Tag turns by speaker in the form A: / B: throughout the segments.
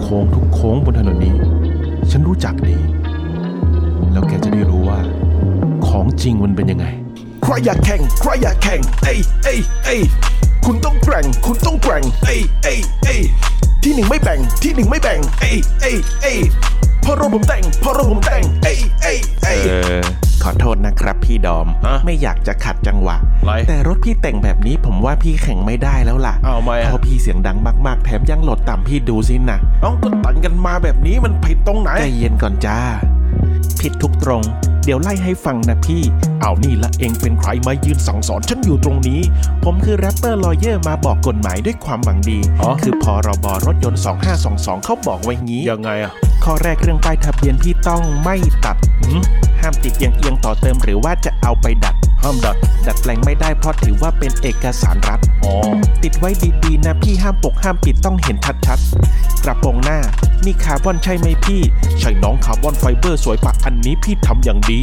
A: โค้งทุกโค้งบนถนนนี้ ฉันรู้จักดี แล้วแกจะได้รู้ว่า ของจริงมันเป็นยังไง
B: ใครอยากแข่งใครอยากแข่งเอ้ยเอ้ยเอ้ยคุณต้องแกร่ง คุณต้องแกร่งเอ้ยเอ้ยเอ้ยที่หนึ่งไม่แบ่งที่หนึ่งไม่แบ่งเอ้ยเอ้ยเอ้ยพอรถผมแต่งพอรถผมแต่งเอ้ยเอ้ยเอ้ย
A: อ
C: ขอโทษนะครับพี่ดอม
A: ฮะ
C: ไม่อยากจะขัดจังหวะ
A: ไร
C: แต่รถพี่แต่งแบบนี้ผมว่าพี่แข่งไม่ได้แล้วล่ะ
A: อ้าวทำไมอะ
C: เพราะพี่เสียงดังมากๆ แถมยังโหลดต่ำพี่ดูสินะ
B: เอ้าก็ตันกันมาแบบนี้มันผิดตรงไหน
C: ใจเย็นก่อนจ้า ผิดทุกตรง เดี๋ยวไล่ให้ฟังนะพี่
A: เอานี่ละเองเป็นใครมายืนสั่งสอน
C: ฉันอยู่ตรงนี้ ผมคือแรปเปอร์ลอเยอร์มาบอกกฎหมายด้วยความหวังดี
A: อ๋อ
C: คือพอรบรถยนต์ 2522 เขาบอกไว้งี้
A: ยังไงอะ
C: ข้อแรกเรื่องป้ายทะเบียนพี่ต้องไม่ตัด
A: หืม
C: ห้ามติดเอียงเอียงต่อเติมหรือว่าจะเอาไปดัด
A: ห้ามดัด
C: ดัดแปลงไม่ได้เพราะถือว่าเป็นเอกสารรัฐ
A: อ๋อ
C: ติดไว้ดีๆนะพี่ห้ามปกห้ามปิดต้องเห็นชัดๆ กระโปรงหน้า นี่คาร์บอนใช่ไหมพี่
A: ใช่น้องคาร์บอนไฟเบอร์สวยปะอันนี้พี่ทำอย่างดี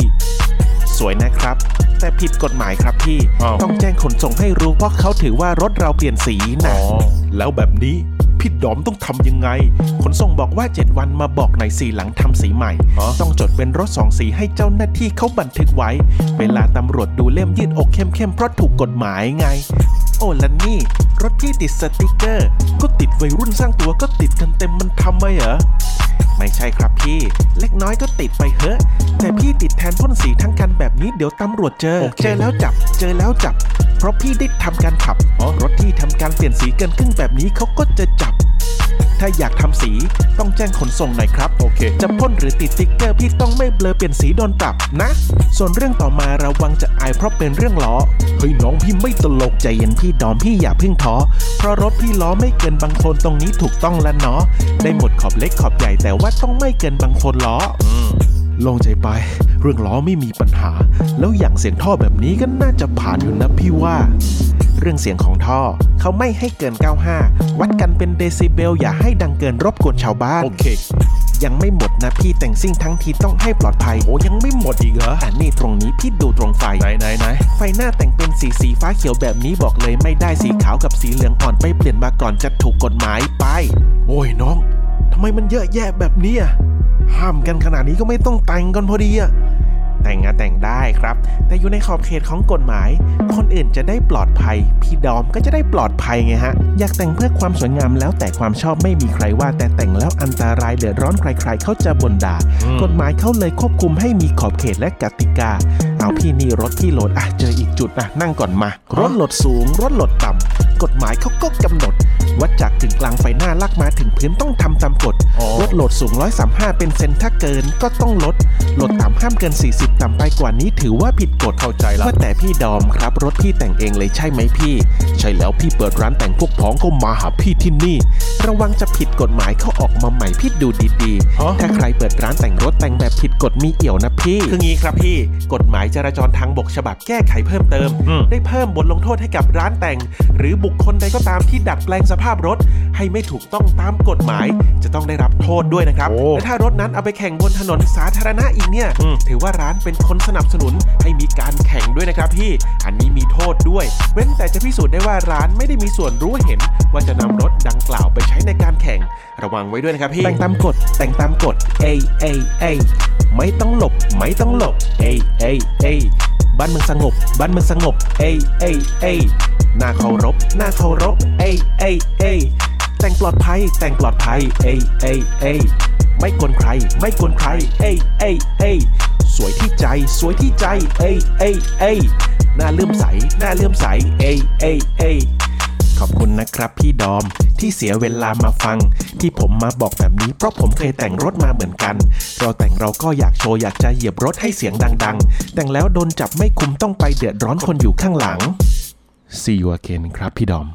C: สวยนะครับ แต่ผิดกฎหมายครับพี่
A: อ้าว
C: ต้องแจ้งขนส่งให้รู้เพราะเขาถือว่ารถเราเปลี่ยนสีนะ
A: แล้วแบบนี้พี่ดอมต้องทำยังไง
C: ขนส่งบอกว่า 7 วันมาบอกหน่อยสีหลังทำสีใหม่
A: อ๋อ
C: ต้องจดเป็นรถสองสีให้เจ้าหน้าที่เขาบันทึกไว้ เวลาตำรวจดูเล่มยืดอกเข้มเข้มๆเพราะถูกกฎหมายไง โอ้และนี่ รถที่ติดสติกเกอร์ ก็ติดวัยรุ่นสร้างตัวก็ติดกันเต็มมันทำไมเหรอ ไม่ใช่ครับพี่ เล็กน้อยก็ติดไปเฮ้อะแต่พี่ติดแทนพ่นสีทั้งกันแบบนี้เดี๋ยวตำรวจเจอ
A: โอเค
C: เจอแล้วจับ เจอแล้วจับ เพราะพี่ได้ทำการขับรถที่ทำการเปลี่ยนสีเกินครึ่งแบบนี้เขาก็จะจับ ถ้าอยากทำสีต้องแจ้งขนส่งหน่อยครับ
A: โอเค
C: จะพ่นหรือติดสติ๊กเกอร์พี่ต้องไม่เบลอเปลี่ยนสีโดนปรับนะ ส่วนเรื่องต่อมาระวังจะอายเพราะเป็นเรื่องล้อ เฮ้ยน้องพี่ไม่ตลกใจเย็นพี่ดอมพี่อย่าเพึ่งท้อ เพราะรถพี่ล้อไม่เกินบางโคลนตรงนี้ถูกต้องแล้วเนาะ ได้หมดขอบเล็กขอบใหญ่แต่ว่าต้องไม่เกินบางโคลนล้อ
A: โลงใจไป เรื่องล้อไม่มีปัญหา แล้วอย่างเสียงท่อแบบนี้ก็น่าจะผ่านอยู่นะพี่ว่า
C: เรื่องเสียงของท่อเขาไม่ให้เกิน 95 วัดกันเป็นเดซิเบลอย่าให้ดังเกินรบกวนชาวบ้าน
A: โอเค
C: ยังไม่หมดนะพี่แต่งซิ่งทั้งทีต้องให้ปลอดภัย
A: โอ้ยังไม่หมดอีกเหรอ
C: แต่นี่ตรงนี้พี่ดูตรงไฟ
A: ไหนไหนไหน
C: ไฟหน้าแต่งเป็นสีสีฟ้าเขียวแบบนี้บอกเลยไม่ได้สีขาวกับสีเหลืองอ่อนไปเปลี่ยนมาก่อนจะถูกกฎหมายไป
A: โอ้ยน้องทำไมมันเยอะแยะแบบนี้อะห้ามกันขนาดนี้ก็ไม่ต้องแต่งกันพอดีอะ
C: แต่งงานแต่งได้ครับ แต่อยู่ในขอบเขตของกฎหมาย คนอื่นจะได้ปลอดภัย พี่ดอมก็จะได้ปลอดภัยไงฮะ อยากแต่งเพื่อความสวยงามแล้วแต่ความชอบไม่มีใครว่า แต่แต่งแล้วอันตรายเดือดร้อนใคร ๆเขาจะบ่นด่า กฎหมายเขาเลยควบคุมให้มีขอบเขตและกติกา เอาพี่นี่รถที่โหลดอ่ะเจออีกจุดอ่ะนั่งก่อนมา รถโหลดสูง รถโหลดต่ำกฎหมายเขาก็กำหนด วัดจากถึงกลางไฟหน้าลากมาถึงพื้นต้องทำตามกฎ
A: อ๋อ
C: รถโหลดสูง 135 เป็นเซนถ้าเกินก็ต้องลด โหลดต่ำห้ามเกิน 40 ต่ำไปกว่านี้ถือว่าผิดกฎ
A: เข้าใจละ
C: ว่าแต่พี่ดอมครับ รถพี่แต่งเองเลยใช่ไหมพี่
A: ใช่แล้วพี่เปิดร้านแต่งพวกพ้องก็มาหาพี่ที่นี่
C: ระวังจะผิดกฎหมายเขาออกมาใหม่พี่ดูดี
A: ฮะ
C: ๆ ถ้าใครเปิดร้านแต่งรถแต่งแบบผิดกฎมีเอี่ยวนะพี่ คืองี้ครับพี่ กฎหมายจราจรทางบกฉบับแก้ไขเพิ่มเติม
A: อืม
C: ได้เพิ่มบทลงโทษให้กับร้านแต่ง หรือบุคคลใดก็ตามที่ดัดแปลงสภาพรถ ให้ไม่ถูกต้องตามกฎหมาย จะต้องได้รับโทษด้วยนะครับ
A: โอ้
C: และถ้ารถนั้นเอาไปแข่งบนถนนสาธารณะอีกเนี่ย
A: อืม
C: ถือว่าร้านเป็นคนสนับสนุนให้มีการแข่งด้วยนะครับพี่ อันนี้มีโทษด้วย เว้นแต่จะพิสูจน์ได้ว่าร้านไม่ได้มีส่วนรู้เห็น ว่าจะนำรถดังกล่าวไปใช้ในการแข่ง ระวังไว้ด้วยนะครับพี่ แต่งตามกฎ แต่งตามกฎ เอยเอยเอยไม่ต้องหลบ ไม่ต้องหลบ เอยเอยเอยบ้านเมืองสงบ บ้านเมืองสงบ เอยเอยเอยน่าเคารพ น่าเคารพ เอยเอยเอยแต่งปลอดภัย แต่งปลอดภัย เอยเอยเอยไม่กวนใคร ไม่กวนใคร เอยเอยเอยสวยที่ใจ สวยที่ใจ เอยเอยเอยน่าเลื่อมใส น่าเลื่อมใส เอยเอยเอย ขอบคุณนะครับพี่ดอมที่เสียเวลามาฟัง ที่ผมมาบอกแบบนี้เพราะผมเคยแต่งรถมาเหมือนกัน เราแต่งเราก็อยากโชว์อยากจะเหยียบรถให้เสียงดังๆ แต่งแล้วโดนจับไม่คุ้มต้องไปเดือดร้อนคนอยู่ข้างหลัง
A: See you again ครับพี่ดอม